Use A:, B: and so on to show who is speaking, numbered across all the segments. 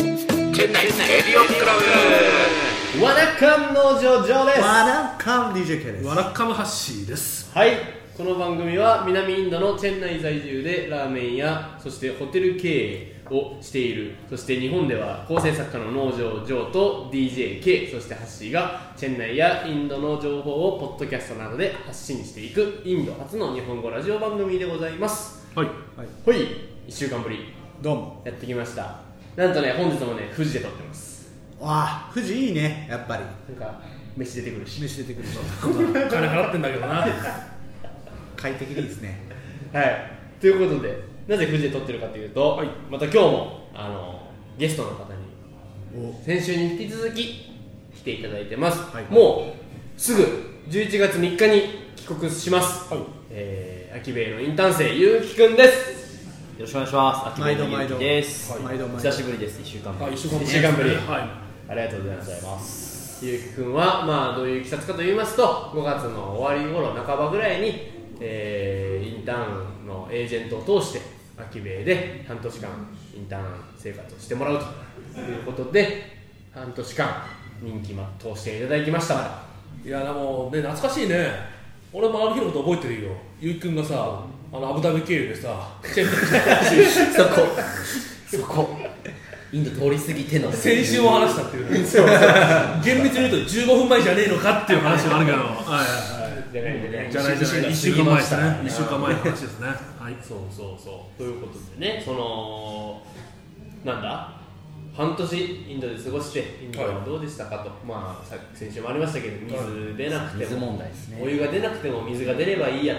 A: 店内エリオンクラブ
B: わなかんのジョジョです
C: わらかん DJK です
D: わらかむはっしーです
B: はいこの番組は南インドのチェン内在住でラーメン屋そしてホテル経営をしているそして日本では構成作家の農場ジョーと DJK そしてハッシーがチェン内やインドの情報をポッドキャストなどで発信していくインド初の日本語ラジオ番組でございます
D: はい
B: ほい1週間ぶり
C: どうも
B: やってきましたなんとね本日もね富士で撮ってます
C: わあ富士いいねやっぱり
B: なんか飯出てくるし
C: 飯出てくるし
D: 金払ってんだけどな
C: 快適でいいですね
B: はい、ということでなぜ富士で撮ってるかというと、また今日もあのゲストの方に
C: お
B: 先週に引き続き来ていただいてます、
C: はい
B: もうすぐ11月3日に帰国します、えー、秋米のインターン生ゆうきくんです
E: よろしくお願いします。秋
C: 毎
E: 元
C: 度毎度
E: ゆうきです。
C: はい毎度毎度
E: 久しぶりです。一週間ぶ
D: あ
E: り。
D: 一週間ぶり
B: 一週間ぶり
D: は
B: ありがとうございますゆうきくんは、まあ、どういういきさつかと言いますと5月の終わり頃半ばぐらいに、えーインターンのエージェントを通して秋米で半年間インターン生活をしてもらうということで半年間人気ま通していただきましたから
D: いいやでもね懐かしいね俺もあの日のこと覚えてるよゆうきくんがさあのアブダビ経由でさチェン
E: そ こ。そこ。インド通り過ぎての。
D: 先週も話したっていうね厳密に言うと15分前じゃねえのかっていう話はあるけどはいはい
B: じゃないじゃない
D: じゃないじゃない1週間前ですね一週間前の話ですねはい
B: そうそうそうということでねそのなんだ半年インドで過ごしてインドはどうでしたかと、まあさ先週もありましたけど水出なくて
E: 水
B: も、
E: 問題ですね
B: お湯が出なくても水が出ればいいや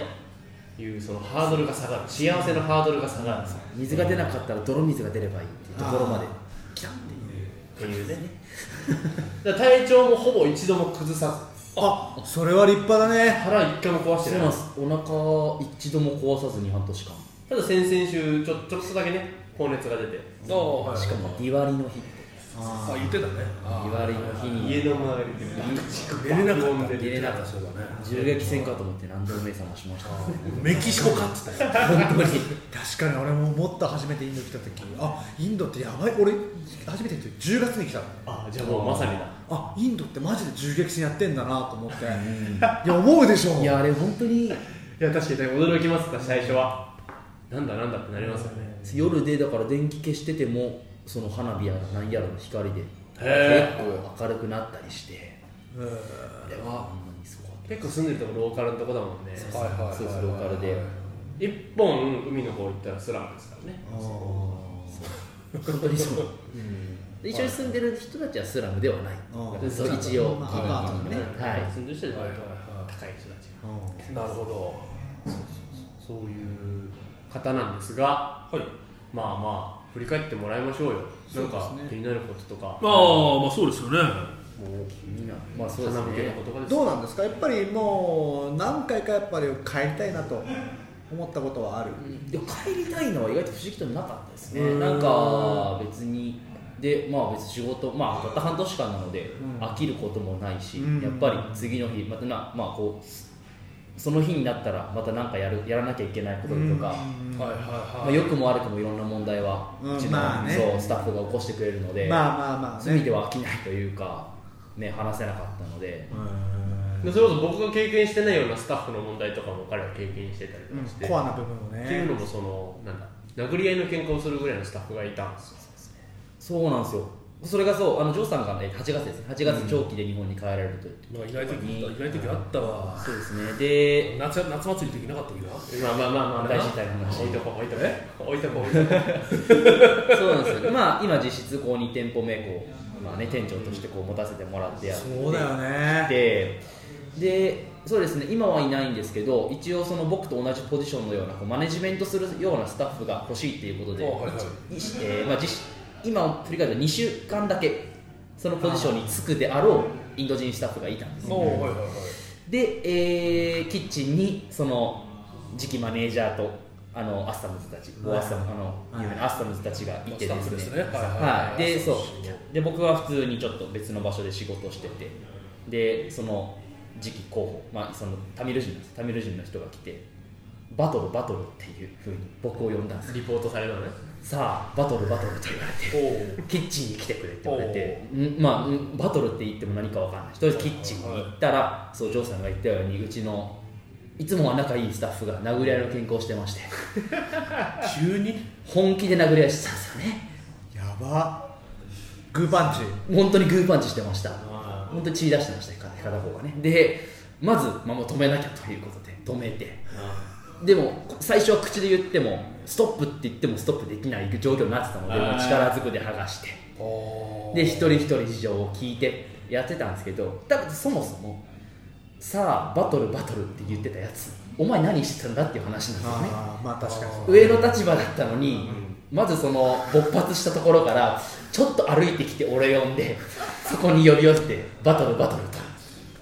B: というそのハードルが下がる幸せのハードルが下がる
E: 水が出なかったら泥水が出ればいいっていうところまで来たっていう。
B: っていうねだから体調もほぼ一度も崩さず
C: あそれは立派だね
B: 腹一回も壊して
E: そう
B: な
E: なん
B: い
E: です。お腹一度も壊さずに半年間。
B: ただ先々週ちょちょっとだけね高熱が出て
D: ああはい
E: しかもディワリの日。
C: あ
D: あ言ってたね
E: ディワリの日
B: 家
E: に
B: の周りで
D: 出れなかった
E: 出れなかった
D: そうだね
E: 銃撃戦かと思って何度目覚ましました。
D: メキシコ勝ってたよ
E: 本当に。
C: 確かに俺も思った初めてインド来た時あインドってやばい俺初めて来た時10月に来たの
B: あじゃあもうまさにだ
C: あインドってマジで銃撃戦やってんだなと思っていや思うでしょ
E: いやあれ本当に
B: いや確かに驚きますか最初はなんだなんだってなりますよね
E: 夜でだから電気消しててもその花火やら何やらの光で
B: へ
E: 結構明るくなったりしてあれはほんまにすごかっ
B: 結構住んでるとこローカルのとこだもんね
E: た
D: はいはいはいはい
E: そうですローカルで
B: 一本海の方行ったらスラムですからね
C: あー
E: 本当にそう、うんで一緒に住んでる人たちはスラムではない
C: あ
E: で
C: ー
E: そう一応
C: まあアパートね
E: はい
B: 住んでる人じゃないと
D: はいはいはい
B: 高い人たち
C: う
D: なるほ
B: がそういう方なんですが
D: どはい
B: まあまあ振り返ってもらいましょうよなんか
C: そうですね
B: 気になることとか
D: ま
B: も
D: あまあそうですよね
B: う
E: みんなまあそうです
B: 花向けの
E: ね
B: 言葉
C: ん
B: です
C: どうなんですかやっぱりもう何回かやっぱり帰りたいなと思ったことはある
E: でも帰りたいのは意外と不思議となかったです
C: う
E: ね
C: ん
E: なんか別にでまあ別に仕事まあたった半年間なので
C: うん
E: 飽きることもないし、
C: うん
E: やっぱり次の日またなまあこうその日になったらまた何かやるやらなきゃいけないこととか、
C: うん
D: はいはい
E: ま
D: は
E: あ、
D: い
E: 良くも悪くもいろんな問題は
C: うん
E: うちの、
C: まあね
E: そうスタッフが起こしてくれるので、
C: まあまあまあ
E: そういう意味では飽きないというかね話せなかったので
B: でそれこそ僕が経験してないようなスタッフの問題とかも彼は経験してたりと
C: うん
B: かして、
C: コアな部分を
B: っていう
C: ね
B: のもそのなんだ殴り合いの喧嘩をするぐらいのスタッフがいたんですよ
E: そうなんですよそれがそうあのジョーさんがね8月ですね8月長期で日本に帰られると言って、
D: まあ意外と意外とあったわ
E: そうですねで
D: 夏夏祭りの時なかった時な
B: まあまあまあまあ
E: 大
B: 大
E: 事
B: 事
E: みたいな話
B: 置いとこう置いとこう置いとこう置いとこう
E: そうなんですよ。まあ今実質こう2店舗目こうまあね店長としてこう持たせてもらってやって
C: そうだよね
E: ででそうですね今はいないんですけど一応その僕と同じポジションのようなこうマネジメントするようなスタッフが欲しいっていうことで、
D: あはいはい
E: いしえーまあ、実今振り返ると2週間だけそのポジションにつくであろうインド人スタッフがいたんですね
D: おおはいはいはい
E: で、えーキッチンにその次期マネージャーとあのアスタムズたち、
C: はい
E: アスタムあの
C: はい
E: 有名なアスタムズたちがいて
D: スタ
E: で
D: ッ
E: す
D: フ
E: ね
D: ですねはいはい
E: は
D: はいい
E: でそうで僕は普通にちょっと別の場所で仕事をしててでその次期候補、まあ、そのタミル人なんですタミル人の人が来てバトルバトルっていうふうに僕を呼んだんです
B: リポートされたのね
E: さあバトルバトルと言われて
D: おう
E: キッチンに来てくれって言われて、んまあ、んバトルって言っても何かわかんないとりあえずキッチンに行ったら、そうジョーさんが言ったようにうちのいつもは仲いいスタッフが殴り合いの健康してまして
D: 急に
E: 本気で殴り合いしてたんですよね
C: やばグーパンチ
E: 本当にグーパンチしてました本当に血出してました片片方がねでまず、まあ、もう止めなきゃということで止めてでも最初は口で言ってもストップって言ってもストップできない状況になってたので
D: あー
E: もう力ずくで剥がしてで一人一人事情を聞いてやってたんですけど多分そもそもさあバトルバトルって言ってたやつお前何してたんだっていう話なんですよね
C: ああまあ確かにそう
E: 上の立場だったのに、まずその勃発したところからちょっと歩いてきて俺呼んで そこに呼び寄ってバトルバトルと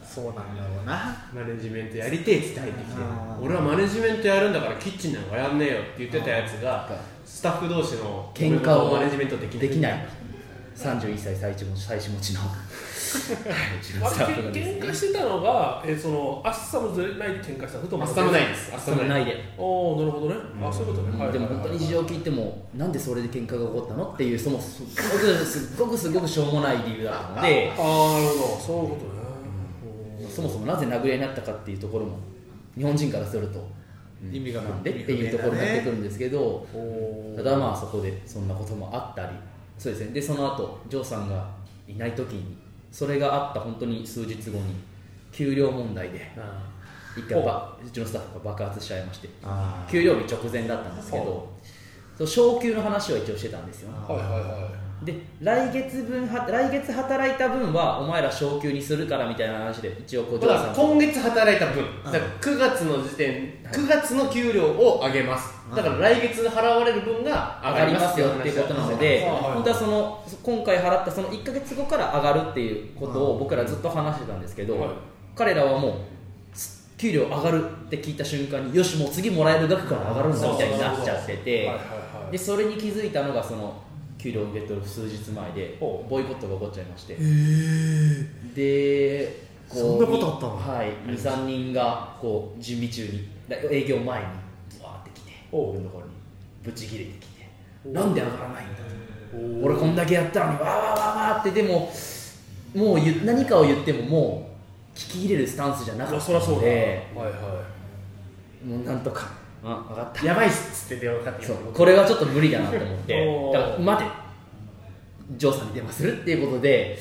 C: そうなんだろうな
B: マネジメントやりてえって伝えてきて
C: あー
B: 俺はマネジメントやるんだからキッチンなんかやんねえよって言ってたやつが
E: あー
B: スタッフ同士の
E: 喧嘩を
B: マネジメントできない
E: できない31歳最持ち最持ちの はい自分のスタッ
D: あれ
E: フがです
D: 喧
E: ね
D: 嘩してたのが、えー、そのアッサムずれないで喧嘩したこと
B: あっさもないですあっさ
E: そ
B: も
E: の
B: ない
E: ないで
D: おおなるほどね、あそういうことね、はい
E: でも本当に事情を聞いてもなんでそれで喧嘩が起こったのっていうそもそもすっごくすっごくすごくしょうもない理由だったので
D: ああなるほどそういうことね、
E: そもそもなぜ殴り合いになったかっていうところも日本人からすると
C: 意味が
E: なんでっていうところになってくるんですけど
D: お
E: ただまあそこでそんなこともあったりそうですねでその後ジョーさんがいない時にそれがあった本当に数日後に給料問題で
B: あ
E: 一回ばうちのスタッフが爆発しちゃいまして
C: あ
E: 給料日直前だったんですけどその昇給の話を一応してたんですよね
D: はいはいはい
E: で来月分は来月働いた分はお前ら昇給にするからみたいな話で一応こう
B: ー
E: ジ
B: だ
E: ョーさ
B: から
E: ん
B: 今月働いた分
C: あー
B: だから9月の時点9月の給料を上げますだから来月払われる分が
E: 上がりますよっていうことなので、
D: はいはい
E: 本当はその今回払ったその1か月後から上がるっていうことを僕らずっと話してたんですけど、
D: はい
E: 彼らはもうす給料上がるって聞いた瞬間によしもう次もらえる額から上がるんだみたいになっちゃってて
D: はいはいはい
E: でそれに気づいたのがその給料を受け取る数日前で
D: ほ
E: ボイコットが起こっちゃいまして
C: へえ
E: で
C: そんなことあったの
E: はい23人がこう準備中にだ営業前にブワーって来て
D: おう
E: 僕のところにぶち切れてきて
D: おう
E: なんで上がらないんだと
D: お
E: 俺こんだけやったのにわーわーわーわーってでももう言う何かを言ってももう聞き入れるスタンスじゃなか
D: まあ
E: った
D: そりゃそう
E: の
D: だ、
E: で
D: はいは
E: もうなんとかあ分かった
B: やばいっすっつって電話かかってき
E: そ
B: た
E: うこれはちょっと無理だなと思って
D: おー
E: だから待てジョーさんに電話するっていうことで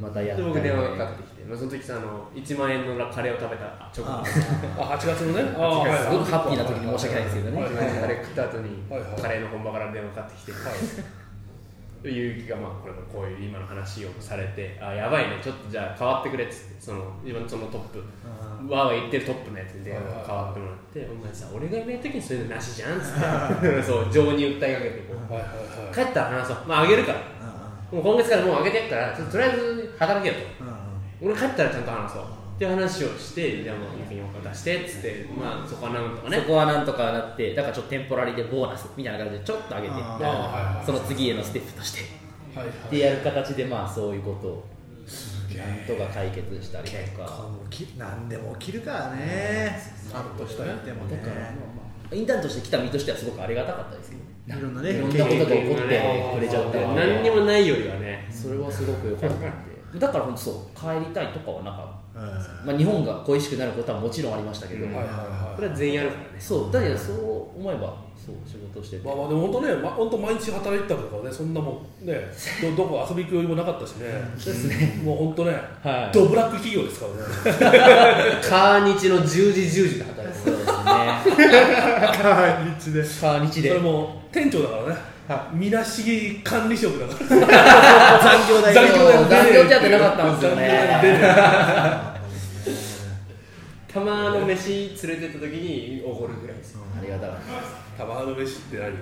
E: またやっ
B: で
E: た
B: 僕電話がかかってきて、まあ、その時さあの1万円のカレーを食べた直後
C: あ
D: あ8月のねあーはい
E: すごくハッピーな時に申し訳ないですけどね
D: はいは
B: カ
D: い
B: レー食った後に
D: はいはい
B: カレーの本場から電話かかってきて、ゆうきがまあこれこういう今の話をされてあやばいねちょっとじゃあ変わってくれっつってその今のそのトップ
C: あ
B: わーわー言ってるトップのやつに電話が変わってもらってお前さ俺がいない時にそういうのなしじゃんっつってそう情に訴えかけてこう
D: はいはい
B: 帰ったら話そうまああげるから
C: あ
B: もう今月からもうあげてるからちょっととりあえず働けよと。
C: ああ
B: 俺帰ったらちゃんと話そうって話をしてじゃあもう金を出してっつってまあそこはなんとかね
E: そこはなんとかなってだからちょっとテンポラリーでボーナスみたいな感じでちょっと上げて
C: あー
E: みたいな
D: はいはい
E: その次へのステップとして
D: はいはい
E: ってやる形でまあそういうことを
C: げえ
E: なんとか解決したり
C: 結
E: とか
C: 構起き何でも起きるからねあっとしたやってもね
E: インターンとして来た身としてはすごくありがたかったですけど
C: いろんなね
E: いろんなことが起こってくれちゃったので
B: 何にもないよりはね
E: それはすごく良かったんでだから本当そう帰りたいとかはなかっ
C: う
E: た、
C: ん
E: まあ、日本が恋しくなることはもちろんありましたけど、
B: うん
D: はいはい
B: これは全員やるからね
E: そうだけどそう思えばそう仕事してて
D: まあまあでも本当ね、ま、本当毎日働いてたからねそんなもんねど どこ遊び行く余裕もなかったしね
E: そうですね
D: もう本当ね、
E: はい
D: ドブラック企業ですからね
B: カー日の10時10時で働いて
E: そうですね
C: 毎日 で
E: 川日
D: それ
E: で
D: も店長だからね、みなしぎ管理職だから
C: 残業代
D: 残業代も出ねえ
E: 残業手当なかったんですよね
D: 残業代も出ね
B: たまの飯連れてった時におごるぐらいですよ
E: ありがたかった
D: えタバの飯って何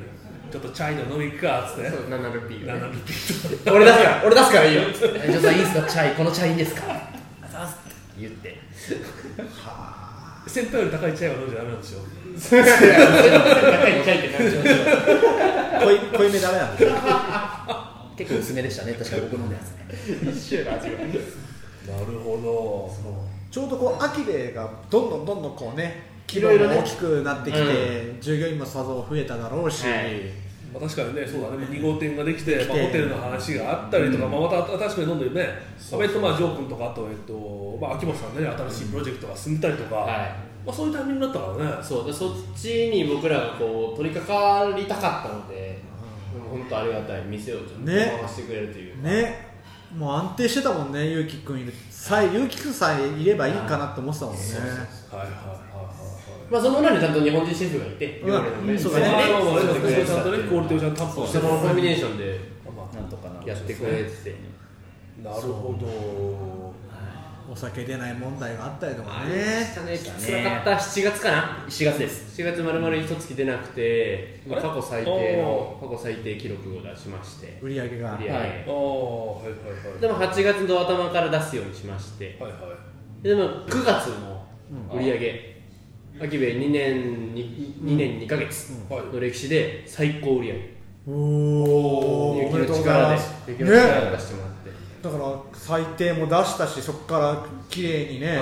D: ちょっとチャイの飲み行くかっつって
B: そう 7P
D: な
B: ね
D: なみって
B: 俺出すから俺出すからいいよっつって
E: え「ジョーさんいいですかチャイこのチャイいいんですか?」言って
D: 先輩より高いチャイは飲んじゃダメなんですよ
C: 濃い濃いめダメなんですよ
E: 結構薄めでしたね確かに僕飲んだやつね
B: 一緒やな味が
D: なるほ
C: ちょうどこう秋でがどんどんどんどんこうね
B: いろいろね
C: 規模も大きくなってきて、従業員もさぞ増えただろうし、
B: はい
D: まあ、確かにね、そうだね、2号店ができて、まあ、
C: て
D: ホテルの話があったりとか、まあ、また確かにどんどんね、安倍とまあジョー君とか、あと、えっとまあ、秋元さんね、新しいプロジェクトが進んでたりとか、
B: はい
D: まあ、そういうタイミングだったからね、
B: そうでそっちに僕らがこう取り掛かりたかったので本当ありがたい店をちゃんと
C: ね
B: 回してくれるというか
C: ねもう安定してたもんねゆうきくんいるさえゆうきくんさえいればいいかなって思ってたもんね
D: はいはいはいはい
B: まあ、その裏にちゃんと日本人シェフがいて、
C: うん
B: 料理のメニュー
C: そう
D: はい。
C: だね
D: まあまあま
B: 作っ
D: あ
B: てくれて
D: ち
B: た
D: ゃん
B: って
D: と
B: い
D: ね、
B: う
D: クオリティをちゃんと担保して
B: そ
D: もら
B: の
D: う
B: コンビネーションで
D: ま
E: なんとかな
B: やってくれてて、
D: あなるほど。
C: お酒出ない問題があったりとか
B: あ
C: ね
B: れしたね、きつかった7月かな
E: 4月です
B: 7月まるまる一月出なくて、
D: あ
B: ま
D: れ
B: あ、過去最低の過去最低記録を出しまして
C: 売り上げが
B: 売り上げ、
E: は
D: ああ、はいはいはい。
B: でも8月の頭から出すようにしまして、
D: はいはい。
B: でも9月の売り上げ、秋兵衛2年 2, 2年2ヶ月の歴史で最高売り上げ、
C: おおお
B: 雪
C: めでと
B: の
C: うございま
B: 力です雪の力
C: ね
B: を出してもらって、
C: だから最低も出したしそこから綺麗にね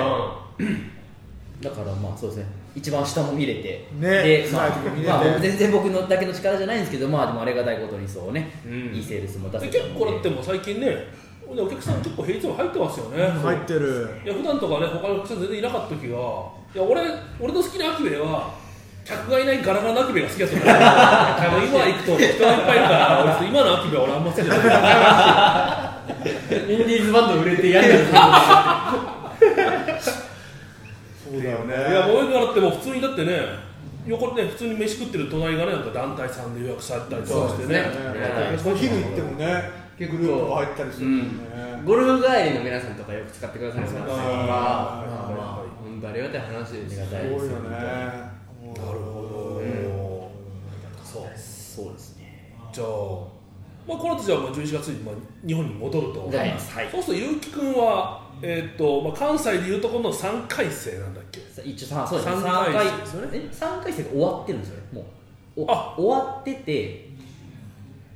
E: だからまあそうですね一番下も見れて、
C: ね
E: で、まあ
C: 辛い時見れて
E: まあ、全然僕のだけの力じゃないんですけどまあでもありがたいことにそうね、
B: うん
E: いいセールスも出
D: で
E: せ
D: 結
E: たので
D: 構だってもう最近ね、お客さん結構平日も入ってますよね。
C: 入ってる
D: いや普段とかね他のお客さん全然いなかった時は、いや俺俺の好きなアキベは客がいないガラガラのアキベが好きだったから。でも今行くと人がいっぱいいるから、俺ちょっと今のアキベは俺あんま好きじゃない。
B: うん、インディーズバンド売れてやる
C: そうだよね
D: いや、もうよくなってもう普通にだってね、横でね、普通に飯食ってる隣がね、なんか団体さんで予約されたりとかしてね、
B: ね
C: お昼行ってもねグ
B: 結
C: ル
B: 構
C: ープが入ったりするもんね
B: ゴルフ帰りの皆さんとかよく使ってくださるんですよ
C: うん
B: 本当ありがたい話です
E: ありがた
C: す
E: い
C: ごいよね
D: なるほど、そう
E: そうですね
D: じゃあ、まあ、この後じゃあもう11月にまあ日本に戻ると、
E: はいはい
D: そうすると結城君は、えーとまあ、関西でいうところの3回生なんだっけ
E: さ一応さそうですね
D: 三
E: 三
D: 回
E: 回
D: 生ですよね
E: え三回生が終わってるんですよねもうお
D: あ
E: 終わってて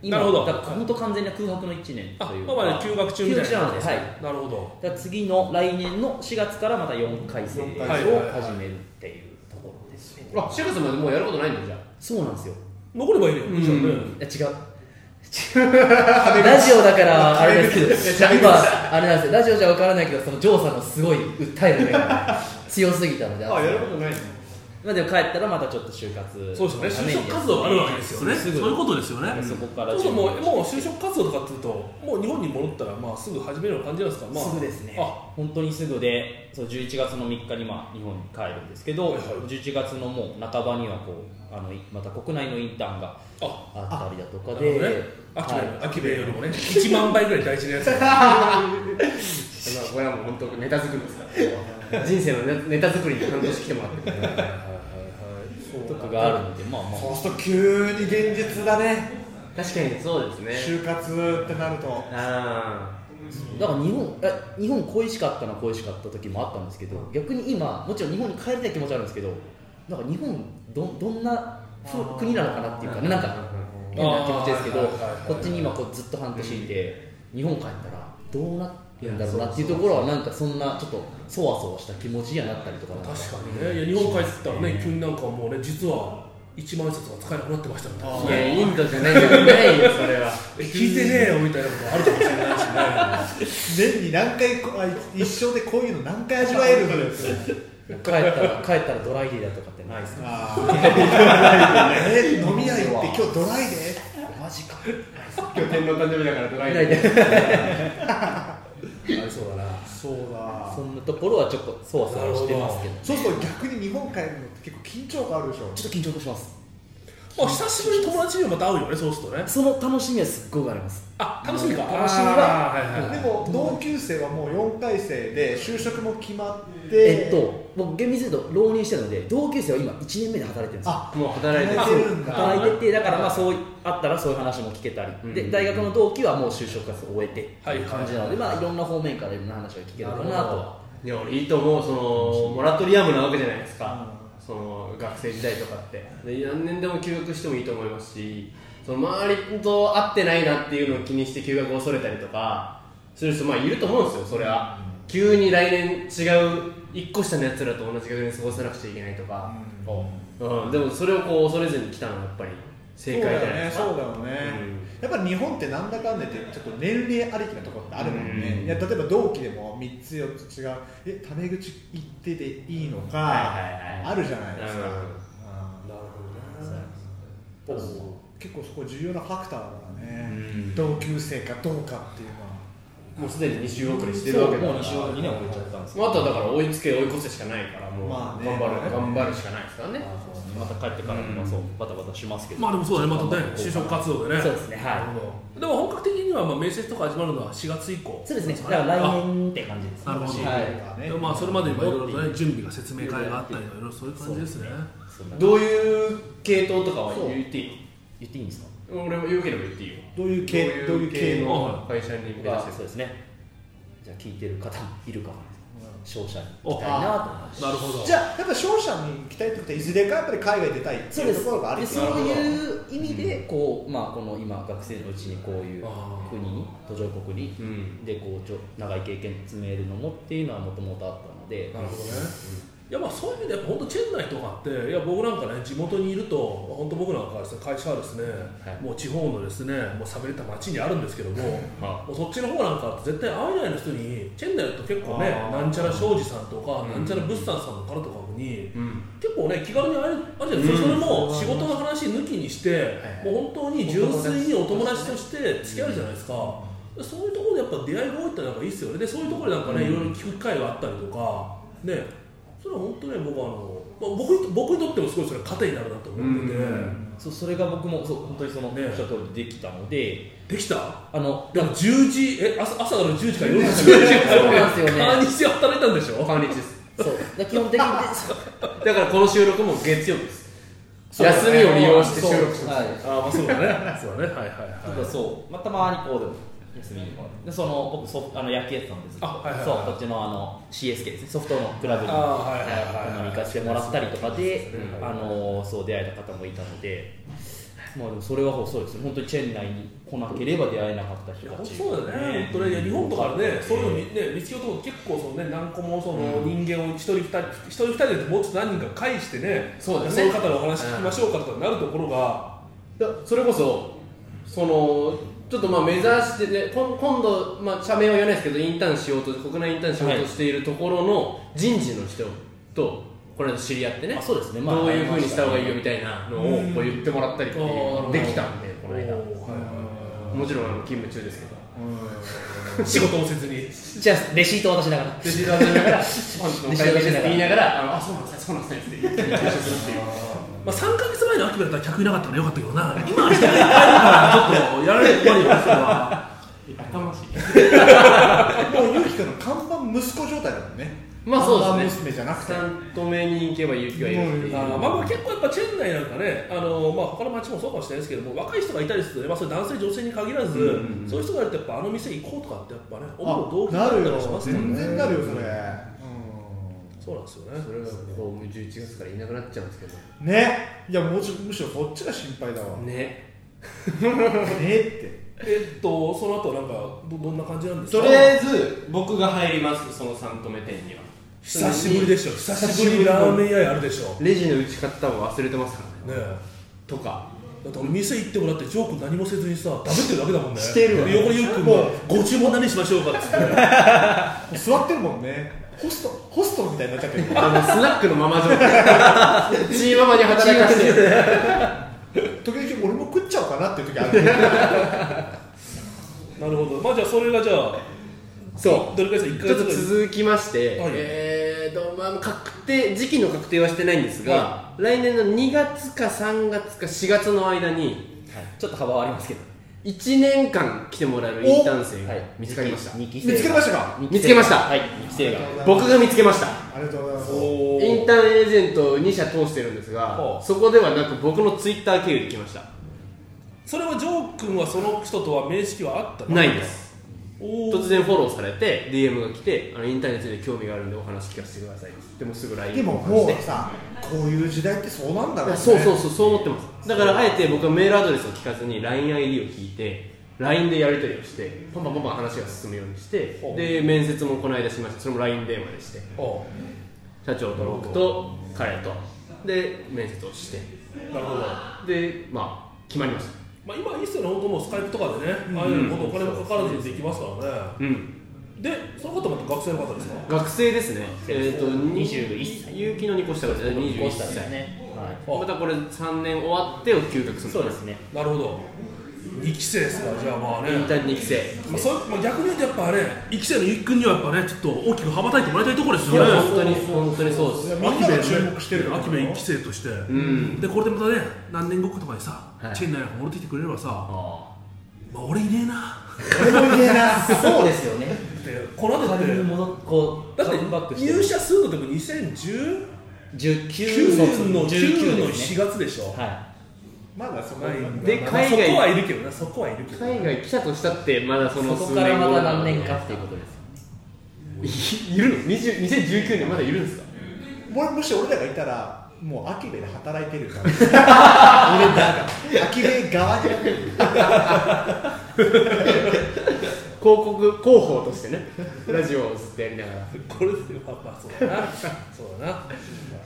D: なるほど
E: だから本当完全な空白の一年
D: あ
E: という
D: まあまあ休学中みたいな
E: 休学中なんではい
D: なるほど
E: だから次の来年の4月からまた4回生を
C: 四
D: 回生
E: 始めるっていうところですね、
B: あ4月までもうやることないんだじゃあ
E: そうなんですよ
D: 残ればいいよ、いいじゃんね
E: いや違 うラジオだからあれ ですけど今あれなんですよラジオじゃわからないけどそのジョーさんのすごい訴える目が強すぎたので
B: あやることない
E: まあでも帰ったらまたちょっと就活
D: そうですよね就職活動があるわけですよねそういうことですよね、
E: そこから
D: そうそうもうもう就職活動とかっていうともう日本に戻ったらまあすぐ始めるような感じなんですか、まあ、
E: すぐですね
D: あ
E: 本当にすぐでそう11月の3日にまあ日本に帰るんですけど、
D: はいはい
E: 11月のもう半ばにはこうあのいまた国内のインターンが
D: あ
E: あったりだとか
D: なるほど
E: で
D: ね、秋部、
E: はい
D: 秋部よりもね1万倍ぐらい大事 なやつ
B: これはもう本当ネタ作りですから 人生のネネタ作りに半年来てもらってるから
E: とかがあるのでまあまあ
C: そうすると急に現実だね
B: 確かにそうですね
C: 就活ってなると
B: あ
E: だから日本え日本恋しかったのは恋しかった時もあったんですけど逆に今もちろん日本に帰りたい気持ちはあるんですけどなんか日本どどんなふ国なのかなっていうかねなんか変な気持ちですけ
D: あー
E: ど
D: はいはいはい
E: こっちに今こうずっと半年いて、日本帰ったらどうなってるんだろうなっていうところはなんかそんなちょっとそわそわした気持ちにはなったりとかなんか
D: 確かにねいや日本帰ってたらね急になんかもうね実は1万円札が使えなくなってましたみたい
B: あ
D: ない
B: やインドじゃないじゃないよそれは
D: え聞いてねえよみたいなことあるかもしれないし
C: 年に何回こあ一生でこういうの何回味わえるのよ
E: 帰ったら 帰ったらドライデーだとかってないですか
C: あーえ飲み屋行って今日ドライで
E: マジか
B: 今日天皇誕生日だからドライブ
E: ないで
D: ねありそうだな
C: そうだ
E: そんなところはちょっとそわそわしてますけど
C: そうすると逆に日本帰るのって結構緊張感あるでしょ
E: ちょっと緊張します
D: まあ久しぶりに友達にもまた会うよねそうするとね
E: その楽しみはすっごいあります
D: あ楽しみか
C: 楽しみは
D: あーはいはい
C: でも同級生はもう4回生で就職も決まって
E: えっと、僕厳密に言うと浪人してるので同級生は今1年目で働いてるんですよ
C: あ
B: もう働いてる
C: 働いてるんだ
E: 働いててだからまあそういあったらそういう話も聞けたり、
B: うん
E: で大学の同期はもう就職活動を終えてって
D: はい
E: いう感じなので、まあいろんな方面からいろんな話が聞けるかなとはい
B: や俺いいと思うそのモラトリアムなわけじゃないですか、その学生時代とかってで何年でも休学してもいいと思いますしその周りと合ってないなっていうのを気にして休学を恐れたりとかする人まあいると思うんですよそれは、急に来年違う1個下のやつらと同じ学年過ごさなくちゃいけないとか、うんでもそれをこう恐れずに来たのはやっぱり正解じゃないですか
F: そうだよねそうだよね、やっぱり日本ってなんだかんだ言ってちょっと年齢ありきなところってあるもんね、
B: うん
F: いや例えば同期でも3つ4つ違うえタメ口言ってでいいのか、
B: はいはいはい
F: あるじゃないですか、
B: うん
F: あ
D: なる
F: ー結構そこ重要なファクターだね、
B: うん
F: 同級生かどうかっていうのは
B: もうすでに2周遅れして
E: そう
B: るわけだから
E: もう2週間にね置いちゃったんですけ
B: もうあとはだから追いつけ追い越せしかないからもう頑
F: まあね
B: 張る頑張るしかないですからね
E: どまた帰ってからもそうバタバタしますけど
D: まあでもそうだねまたね就職活動でね
E: そうですねはい
D: でも本格的にはまあ面接とか始まるのは4月以降
E: そうですねだから来年って感じです
D: なるほど、
E: はい
F: ね
D: でもまあそれまでにまあいろいろとね準備が説明会があったりとかいろいろそういう感じですね
E: そんな
B: どういう系統とかは言っていい
E: 言っていいんですか
B: の俺も言うければ言っていいよ
F: どういう系どういう系の
B: の会社に目指
E: 僕は
B: して
E: そうですねじゃあ聞いてる方いるかな商社に
D: お
E: 行きたいなと思います
D: なるほど
F: じゃあやっぱ商社に行きたい時っていずれかやっぱり海外出たいって
E: そう
F: い
E: で
F: うと
E: す
F: ころがある
E: で
F: け
E: そ
F: ど
E: ういう意味でこう、まあ、この今学生のうちにこういう
D: あー
E: 国に途上国に、
B: うん
E: でこうちょ長い経験積めるのもっていうのはもともとあったので
D: なるほどね、いやまあそういう意味でやっぱ本当チェンナイとかっていや僕なんかね地元にいると本当僕なんかはですね会社はですね、
E: い
D: もう地方のですねもう寂れた町にあるんですけども
B: は
D: もうそっちの方なんか絶対会えないの人にチェンナイだと結構ね
F: あー
D: なんちゃら庄司さんとか、
B: うん
D: なんちゃら物産さんのからとかに
B: うん
D: 結構ね気軽に会えるあるじゃないですか、
B: うん
D: それも仕事の話抜きにして、もう本当に純粋にお友達として付き合うじゃないですか、でそういうところでやっぱ出会いが多いってなんかいいっすよねでそういうところでなんかね、いろいろ聞く機会があったりとかねそれは本当ね僕はあの、まあ、僕に僕にとってもすごいそれは糧になるなと思ってて、
B: うん
E: そうそれが僕もそう本当にそのおっ
D: ね
E: しゃった通りできたので
D: できた
E: あの
D: でも10時え朝朝から10時から夜の10時
E: そうなんですよね
D: 半日で働いたんでしょ
B: 半日です
E: そうだ基本的にでそう
B: だからこの収録も月曜日です
E: そうだね
B: 休みを利用して収録し
E: そう
B: ま
E: はい
B: す
D: ああまあそうだ ねそうだねはいはい
E: だか
D: は
E: ら
D: い
E: そう、まあ、たまにこうでも休みにもでその僕ソフあの野球やってたんですけど
D: あはいはいはい
E: そうこっちのあの CSK ですねソフトのクラブに
D: あーはいはいは
E: は
D: い
E: い行かせてもらったりとかで
D: そうですね
E: あのそう出会えた方もいたので。まあでもそれはそうですね本当にチェン内に来なければ出会えなかった
D: い
E: 人
D: や
E: た
D: 本当
E: ち
D: そうだよね、本当ね、いや日本とかね、そういうのみね、見つけようと思って結構そのね、何個もその人間を一人二人、一人二人でもうちょっと何人か介してね、
B: そうです
D: そう
B: ね
D: いう方のお話聞きましょうかとかなるところが、
B: だそれこそそのちょっとまあ目指してねこん今度、まあ、社名は言わないですけどインターンしようと国内インターンしようとしているところの人事の人とこれ知り合ってね
E: あそうですねまあ
B: どういうふうにした方がいいよみたいなのをこう言ってもらったりっていう
D: うんあー
B: できたんでこの間
D: おーはいはい
B: もちろんあの勤務中ですけど
D: はい仕事もせずに、
E: じゃあレシートを渡しながら
B: で知らせながら本日の会話ですって言いながらあのあそうなんですねそうなん ですねって言って
D: まあ、3か月前の秋だったら客いなかったからよかったけ どな、今は人がいっぱいいるから、ちょっとやられるまでよ、それは。
F: もうゆうきくんの看板息子状態だもんね
B: まあそう
F: 看
B: で
F: 板
B: すね
F: 娘じゃなく
B: ス
F: て
B: タント目に行けば勇気はいるっていう
D: あーまあまあ結構やっぱチェン内なんかね、あのまあ他の町もそうかもしれないですけども、若い人がいたりするとね、まあ、それ男性、女性に限らず、そういう人がいると、やっぱあの店行こうとかって、やっぱね、思う動機
F: なる
D: った
F: よ
D: りしますもん
F: 全
D: ね。
F: 然なるよそれ
D: そうなんですよね
B: そ。れがこう11月からいなくなっちゃうんですけど
F: うんねいやもうちょむしろこっちが心配だわね
B: ね
F: って
D: えっと、その後なんかど、どんな感じなんです
B: と
D: か
B: りあえず僕が入りますその三止め店には
D: 久しぶりでしょ、久しぶりにラーメン屋やるでしょ。ね
B: レジの打ち方も忘れてますからね
D: え
B: とか
D: だって俺店行ってもらってジョーク何もせずにさ食べてるだけだもんね
F: してるわ
D: で横にゆっくんも「ご注文何にしましょうか」っつって
F: 座ってるもんねホストホストみたいになっちゃってる
B: あのスナックのマ マ状態チーママに働かせて
F: 時々俺も食っちゃおうかなっていう時ある
D: なるほどまあじゃあそれがじゃあ
B: そう
D: どれくらいですか
B: ちょ
D: 1
B: っ
D: ヶ
B: と
D: 月ぐ
B: 続きまして、
D: はい
B: えーとまあ確定時期の確定はしてないんですが、来年の2月か3月か4月の間に
E: ちょっと幅はありますけど
B: 1年間来てもらえるインターン生が見つかりました、
E: 二期
F: 見つけましたか
B: 見つけました
E: はい二期生が
B: 僕が見つけました
F: ありがとうございます
D: イ
B: インターンエージェントを2社通してるんです
D: ほ
B: が
D: う
B: そこではなく僕のツイッター経由で来ました
D: それはジョー君はその人とは面識はあったの
B: ないんです
D: おお
B: 突然フォローされて DM が来てあのインターネットで興味があるんでお話聞かせてくださいでもすぐ LINE
F: でも
B: 交換
F: も
B: して
F: うさこういう時代ってそうなんだ
B: い
F: ろ
B: うや
F: ね
B: そうそうそうそう思ってますだからあえて僕はメールアドレスを聞かずに LINEID を聞いて LINE でやり取りをしてパンパンパンパン話が進むようにして
D: ほう
B: で面接もこの間しましたそれも LINE 電話でして
D: お
B: 社長と僕と彼とで面接をして
D: うなるほど
B: でまあ決まりました
D: まあ、今いいっすよね本当もうスカイプとかでね、ああいうのことお金もかからずにできますからね、
B: うん
D: でその方も学生の方ですか
B: 学生ですねえっ、と
E: 21歳
B: 有機の2個下が21歳、
E: ね、は
B: またこれ3年終わってを休学する
E: い、そうですね
D: なるほど2期生ですからじゃあまあね
B: 引退2期生
D: まあ、そうまあ逆に言うとやっぱあれ1期生のゆっくんにはやっぱねちょっと大きく羽ばたいてもらいたいところです
B: い
D: よ
B: や
D: ね
B: 本当に本当にそうです
F: みんなが注目してるよ
D: 秋部1期生として、
B: ん
D: でこれでまたね何年後かとかにさ、
E: はい
D: チェンナイが戻ってきてくれればさ、
E: あ
D: まあ、俺いねえな
C: 俺も言えな
E: あそうですよね
D: ってこの後だって
E: 軽く戻っこう
D: だ
E: カムバッ
D: っ
E: ク
D: て
E: して
D: 入社するのでも2019
E: 19
D: 年の
E: 19
D: 9の4月でしょ、
E: は
F: まだそんなに
B: で
D: まあ
B: 海外
D: そこはいるけどねそこはいるけど
B: 海外来たとしたってまだそ
E: い
B: の
E: そこからまた何年かっていうことです
B: いいるの20 2019年まだいるんですか
F: ももし俺らがいたらもうアキベで働いてるから俺なんかアキベ側で
B: 広告広報として ねラジオをずっとやりながら
D: これでまあまあそうだなそうだな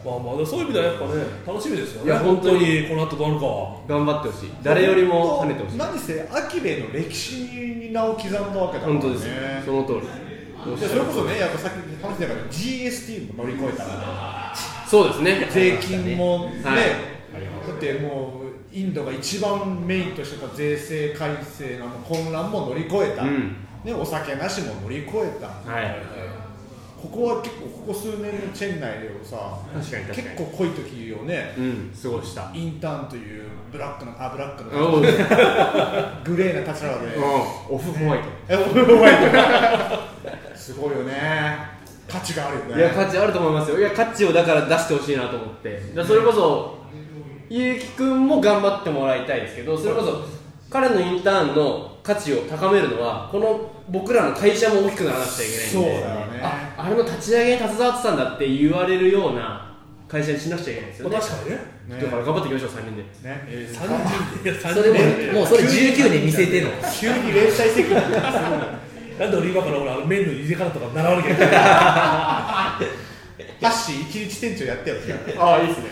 D: まあまあでもそういう意味ではやっぱね楽しみですよね
B: いや本当に
D: この後どうなるかは
B: 頑張ってほしい誰よりも跳ねてほしい
F: 何せアキベの歴史に名を刻んだわけだから
B: 本
F: ね
B: 当ですよその通りおっし
F: で
B: ゃ
F: そ
B: る
F: れこそねやっぱさっき話してたから GST も乗り越えたら
B: そうですね
F: 税金もね、
B: はい
F: だってもうインドが一番メインとしてた税制改正の混乱も乗り越えた、
B: うん
F: ね、お酒なしも乗り越えた、
B: はい
F: ここは結構ここ数年のチェン内でをさ
B: 確かに確か
F: 結
B: に
F: 構濃い時をね
B: うん過ごした
F: インターンというブラックのあブラックの
B: おううん
F: グレーな立場で
B: オフホワイ
F: えお前すごいよね価値があるよ
B: ト
F: ね
B: いや価値あると思いますよいや価値をだから出してほしいなと思ってだからそれこそゆうきくんも頑張ってもらいたいですけどそれこそ彼のインターンの価値を高めるのはこの僕らの会社も大きくならなくちゃいけないんで
F: そうだよね
B: ああれの立ち上げに携わってたんだって言われるような会社にしなくちゃいけないですよね
D: まあ確かにね
F: ね
B: だから頑張っていきましょう3人で
F: ね
D: 三人でいや三
E: そ
D: 人
E: れ
D: で
E: ももうそれ19年見せての
F: 急に連帯責任
D: なんで俺今から俺あの麺の入れ方とか習わなきゃいけない
F: ハッシー一日店長やってよ
B: ああいいですね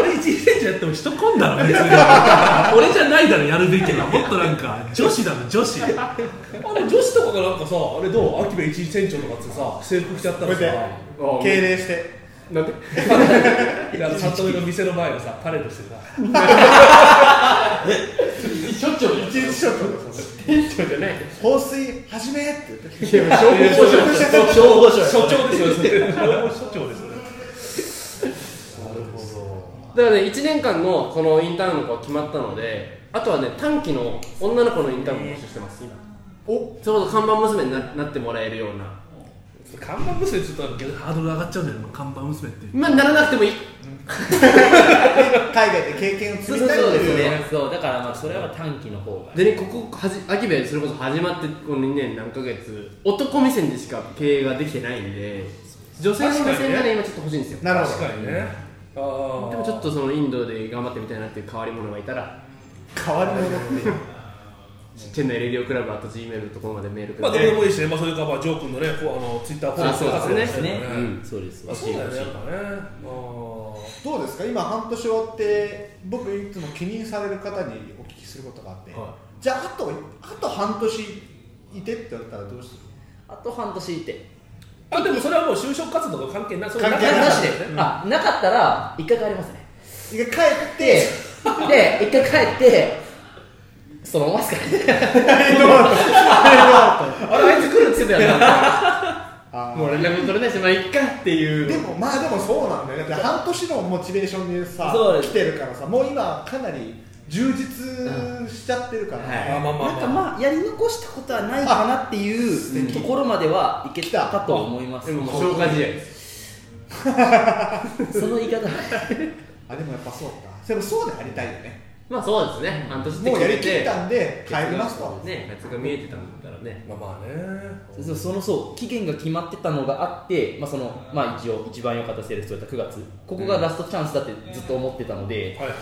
D: 俺一日生やっても人来んだろ別に俺じゃないだろやるべきはもっとなんか女子だろ女子あれ女子とかがなんかさあれどう秋部一日船長とかってさ制服着ちゃったら
F: こ
D: さ
F: れで
B: ああ
F: 敬礼して
B: なんで
D: いやあの里見の店の前をさパレードしてさ
B: しょっちゅう
F: 一日店
B: 店長じゃない
F: 長放水始めって言って
B: いや消防署
E: 消防署
D: 所長ですよね所長ですよね
B: だからね1年間のこのインターンの子は決まったのであとはね短期の女の子のインターンも募集してます今
F: お
B: それこそ看板娘にななってもらえるような
D: 看板娘ちょっとなんかハードル上がっちゃうんだよね看板娘っていう
B: まあならなくてもいい
F: 海外で経験を
E: そう
F: 積
E: そ
F: み
E: う
F: たいと
E: そうです
F: いう
E: ねそうだからまあそれは短期の方が
B: でねここはじ秋部それこそ始まってこの2年何ヶ月男目線でしか経営ができてないんで女性の目線がね今ちょっと欲しいんですよ
F: なるほ
D: 確かにねあー
B: でもちょっとそのインドで頑張ってみたいなっていう変わり者がいたら
F: ど変わり者っていう
B: チェンナイレディオクラブあと G メールのところまでメールく
D: まあ
B: だ
D: ど
B: さ
D: うで
B: い
D: もいいしね、まあ、それかまあジョー君のねこうあのツイッターフォロー
B: あそうですね
D: してね
B: うん
E: そうです
D: まあ、そうだよねやっぱねあー
F: どうですか今半年終わって僕いつも気にされる方にお聞きすることがあって、
D: は
F: じゃああとあと半年いてって言われたらどうする
E: あと半年いて
D: あでもそれはもう就職活動と関係ないそれ
F: 関係
E: な
F: な
E: しで
D: ね、
E: あなかったら一回帰りますね
F: 一回帰って
E: でで一回帰ってそのままっすかね
B: あれあいつ来るって言ってたよな
F: あー
B: もう連絡も取れないしまあいっかっていう
F: でもまあでもそうなんだよねだって半年のモチベーションでさ
E: そうで
F: 来
E: す
F: てるからさもう今かなり充実しちゃってるから、
B: はい
D: まあまあまあ、
E: なんか
D: まあ、
E: まあやり残したことはないかなっていうところまではいけたかと思います
B: でももう消化試合です
E: その言い方
F: あでもやっぱそうかでもそうでありたいよね
B: まあそうですね半年
F: もうやり
B: 決
F: き
B: めて
F: ったんで帰りますと
B: ねやつが見えてたんだったらね
D: まあまあね
E: そうそのそう期限が決まってたのがあって、まあそのまあ、一応一番良かったセールスとやった9月ここがラストチャンスだってずっと思ってたので、
D: はいはい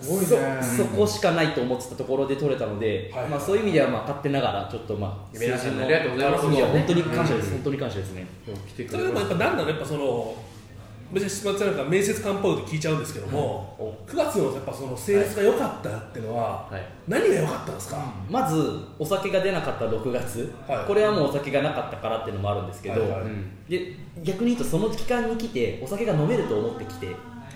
F: すごいね
E: そそこしかないと思ってたところで取れたので、
D: はい
E: まあ、そういう意味ではまあ勝手ながらちょっとまあ
B: 皆さん
E: 数字の
B: ありがとうございます
E: や本当に感謝です、本当に感謝ですね
B: 今日来てく
D: それ
B: れ
D: でも
B: ま
D: やっ
B: し
D: ぱなんだろうやっぱそのめちゃくちゃなんか面接官っぽいこと聞いちゃうんですけども、9月のやっぱそのセールスが良かったっていうのは、
B: はい
D: 何が良かったんですか、
E: まずお酒が出なかった6月、
D: はい
E: これはもうお酒がなかったからっていうのもあるんですけど、
D: はいはい
E: うんで逆に言うとその期間に来てお酒が飲めると思って来て、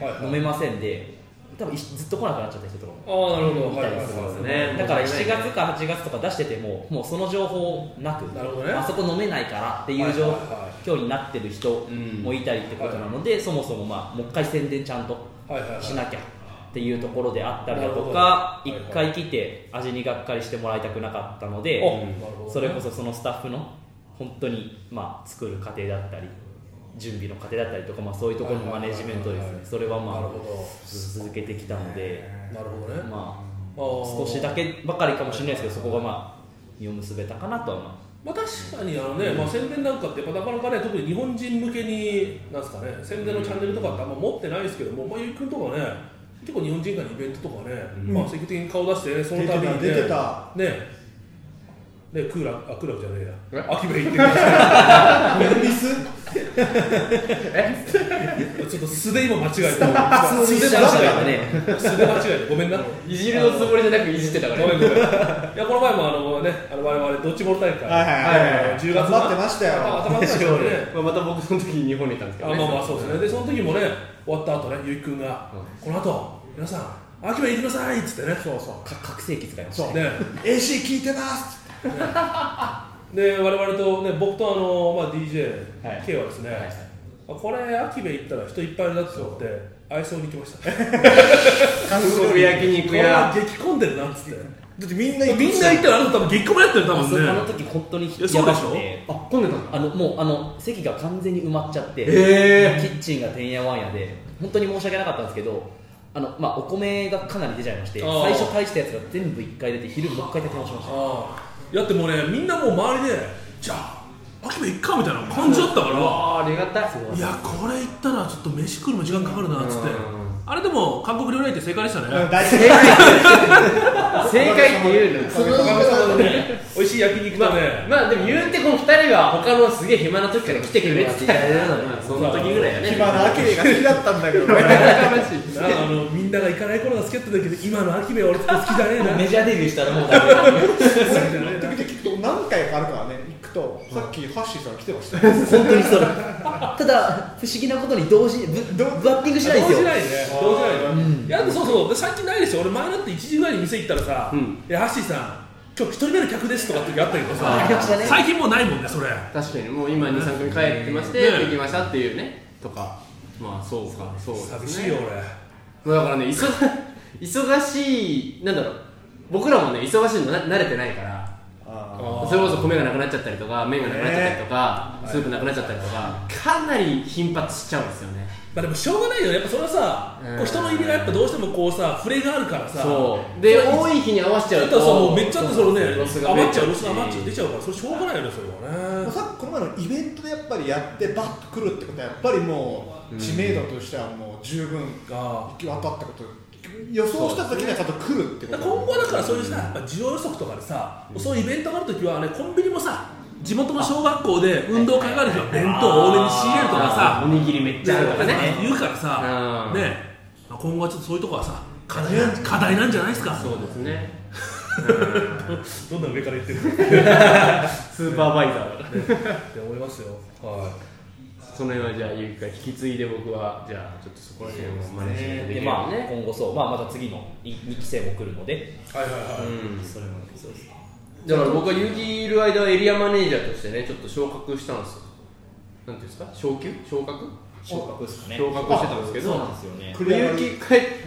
D: はいはい
E: 飲めませんで多分いずっと来なくなっちゃった人とかも
D: ああなるほど
E: い
D: はい
E: た
D: はい
E: り
D: はい
E: するんで
B: そうですす
E: よ
B: ね
E: ねだから7月か8月とか出しててももうその情報なく
D: なるほどね
E: あそこ飲めないからっていう状
D: はいはいはい
E: 況になってる人もいたりってことなのでそもそもまあもう一回宣伝ちゃんと
D: はいはいはい
E: しなきゃっていうところであったりだとか
D: なる
E: 一
D: ほどはいは
E: 回来て味にがっかりしてもらいたくなかったので
D: おなるほどね
E: それこそそのスタッフの本当にまあ作る過程だったり準備の過程だったりとかまあそういうところのマネジメントで
D: はいはい
E: す
D: はい
E: ね
D: は
E: それは
D: いな
E: まあ
D: るほ
E: 続けてきたので。
D: どなるほどね、
E: まあ
D: あ
E: 少
D: ー
E: しだけばかりかもしれないですけど、そこがまあ、実を結べたかなとは思う。
D: まあ、確かにあの、ねまあ、宣伝なんかってやっぱなかなかね特に日本人向けになんすか、ね、宣伝のチャンネルとかってあんま持ってないですけども、まあ、ゆうきくんとかね結構日本人会のイベントとかね、まあ、積極的に顔出してねそのためにね
F: 出てた
D: ねねクーラーあクーラーじゃねえや
B: え
D: 秋部行ってくださ
F: ミス
D: いちょっと素で今間違えた
E: 普通にしちゃう人がいてね、
D: 素で間違えたごめんなご
B: いじるのつもりじゃなくいじってたか
D: めん
B: ら
D: ごめんいやこの前もあのねあの我々ドッジボール大会
F: はいはいはいはい
D: 10月
F: 頑張ってましたよ
D: 頭出してね
B: まあまた僕その時日本にいたんですけ
D: あ
B: どね
D: まあまあそうですねでその時もね終わった後ねゆうきくんが、この後皆さん秋葉行ってくださいっつってねそうそ
E: か拡声器使いました。
F: そう
D: ね
F: AC 聞いてます
D: で我々とね僕とあの、まあ、
E: はい
D: DJK はですね、あこれ秋部行ったら人いっぱいいるなって思って愛想に来ましたね
B: 韓国焼
D: こ
B: 肉
D: れは
B: 屋
D: 激混んでるなっつっ
F: だ
D: て
F: ってみんな行く
D: みんな行ったらあなた多分激混みやってる多
E: あそ
D: 分
E: うあの
D: ね
E: 時本当に
D: や
E: や
D: そうで
E: ば
D: しょ
E: くて、
B: あ混んでたんだ
E: あのもうあの席が完全に埋まっちゃって、
B: へー
E: キッチンがてんやわんやで、本当に申し訳なかったんですけど、あのまあ、お米がかなり出ちゃいまして、
D: あー
E: 最初返したやつが全部1回出て、昼もう1回炊き直しました。
D: ああやってもうねみんなもう周りでじゃあ秋部行っかみたいな感じだったから、
B: あーありがたい
D: いやこれ行ったらちょっと飯食うのも時間かかるなっつって
B: うん
D: あれでも韓国料理屋って正解でしたね
F: 大好
B: 正解って言うの
F: その言い方だね
D: 美味しい焼肉
B: ま
D: と
B: あ
D: ね、
B: まあでも言うてこの2人は他のすげえ暇な時から来てくれって言ってたからその時ぐらいやね
F: 暇なアキベが好きだったんだけどね
D: なあのみんなが行かない頃が好きだったんだけど今の秋部は俺好きだねえな
E: メジャーデビューしたらもうダメ
F: 俺時々聞くと何回かあるからね行くとさっきハッシーさん来てましたよ
E: 本当にそれただ不思議なことに同時ぶぶバッティングしないんですよ
D: 動じないね動じないねいやでもそうそうで最近ないですよ俺前だって1時ぐらいに店行ったらさ
B: うん
D: 「いやハッシーさん今日一人目の客です」とかって時あったけど
E: ありました
D: さ
E: ね
D: 最近もうないもんねそれ
B: 確かにもう今23組帰ってまして
D: ね
B: できましたっていうねとかまあそうかそうですね
D: 寂しいよ俺
B: もうだからね忙 忙しいなんだろう僕らもね忙しいのな慣れてないからそれこそ米がなくなっちゃったりとか麺がなくなっちゃったりとか、スープなくなっちゃったりとかかなり頻発しちゃうんですよね
D: まあでもしょうがないよやっぱそれはさ
B: うん
D: こう人の入りがやっぱどうしてもこうさ触れがあるからさ
B: そうで
D: それ
B: 多い日に合わせち
D: ち
B: ゃ
D: ょっ
B: う
D: と
B: と
D: さもうめっちゃあってそのね
B: ロスが増
D: 余
B: え
D: っちゃうロス
B: し
D: 余っちゃう出ちゃうからそれしょうがないよねそれはね
F: さっきこの前のイベントでやっぱりやってバッと来るってことはやっぱりもう知名度としてはもう十分
D: あ
F: 行き渡ったこと予想した時にはちゃんと来るってこ
D: 今
F: と
D: 後はだからそういうさやっぱ需要予測とかでさそういうイベントがあるときはねコンビニもさ地元の小学校で運動会がある日は弁当を多めに仕入れるとか
B: お
D: さ
B: にぎりめっちゃあるとかね
D: 言うからさ
B: うん
D: ねまあ今後はちょっとそういうとこはさ課題なん課題なんじゃないですか
B: そうですね
D: どんどん上から 言ってる
B: スーパーバイザーだ
D: って思いますよは
B: その辺はじゃあゆうきが引き継いで僕はじゃあちょっとそこら辺をマネジメントでき
E: で
B: るよ
E: ま
B: う
E: あ、
B: にね
E: 今後そう、まあ、また次の2期生も来るので、
D: いはいはいはい
B: うん
E: それもそうです
B: だから僕は有機いる間はエリアマネージャーとしてねちょっと昇格したんですよなんていうんですか昇級昇格
E: 昇格ですかね
B: 昇格してたんですけど
E: そうなんですよね
B: 有機帰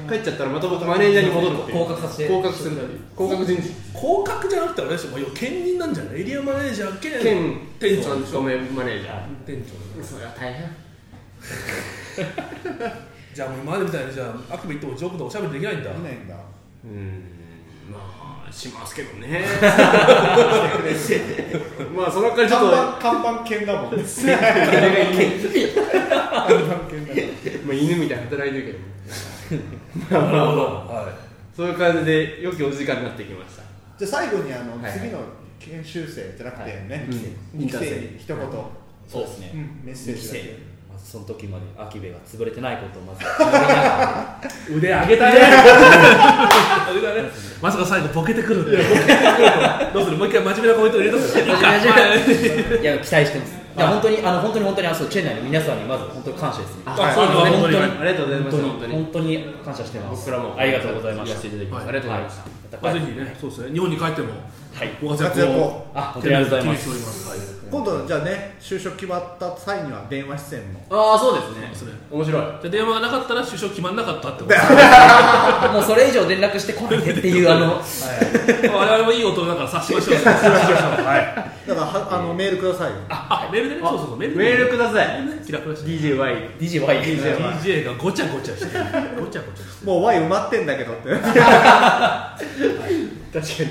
B: 帰っちゃったらまた僕マネージャーに戻るっていう
E: 降格させて
B: 降格するっていう降格人事
D: 降格じゃなくてあれでしょもう要は兼任なんじゃないエリアマネージャー兼
B: 兼
D: 店長でしょ
B: 勤めマネージャー
D: 店長
B: それは大変
D: じゃあもう今までみたいにじゃあ悪夢行ってもジョークとおしゃべりできないんだ
F: 来ないんだ
B: うんまあしますけど ねまあその代わりちょっ
F: 看
B: と
F: 板看板犬だ もんね看板犬だもん
B: まあ犬みたいに働いてるけど
D: なるほどは
B: そういう感じで良きお時間になってきました
F: じゃあ最後にあの、
B: はいはい
F: 次の研修生じゃなくてね、
B: うん
F: 二期生に一言、
E: そうですね、
F: うんメッセージだけ
E: 二期生その時まで秋兵衛が潰れてないことをまず祈りながらね
D: 腕上げたいね腕上げたいねまさか最後ボケてくるんでどうするもう一回真面目なコメント入れとく
E: いや期待してますいや本当にあの本当に本当にあのそうチェン内の皆さんにまず本当に感謝ですね
D: あそうですね
E: 本当に
D: 本
B: に
D: 当
B: ありがとうございます
E: 本当に本当に感謝してます
B: 僕らも
E: ありがとうございまし
B: や
E: た
B: らせていただきます
E: は
B: ありがとうございました
E: ま
D: ま
E: た
D: あぜひねそうですね日本に帰っても
E: はい
D: ご活
F: 活
D: 躍
F: 躍
D: を
F: を
E: あ本当にありがとうございます
D: テレビで気にしておりますはい
F: 今度じゃあね就職決まった際には電話出演も
B: ああそうです
D: そう
B: ね
D: ですね
B: 面白い
D: じゃあ電話がなかったら就職決まんなかったってことですね
E: もうそれ以上連絡してこないでっていうあの
D: 我々もいい大人だから察しましょう察しましょうはい
F: だからはあのメールくださいよ
D: あメールでねそうそうそうメールで
B: メールください
D: ね気楽だし
B: DJY
E: DJY
D: DJ がごちゃごちゃしてるごちゃごちゃしてる
F: もう Y 埋まってんだけどって
B: 確かに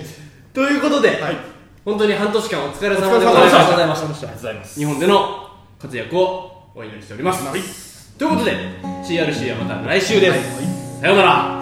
B: ということで、
F: はい
B: 本当に半年間お疲れ様で
F: お疲
B: ご
F: れ様で
B: ざい
F: した
B: まし
E: ござ
B: た
E: いましたありがとうございます
B: 日本での活躍をお祈りしております、ということで CRC はまた来週です、さようなら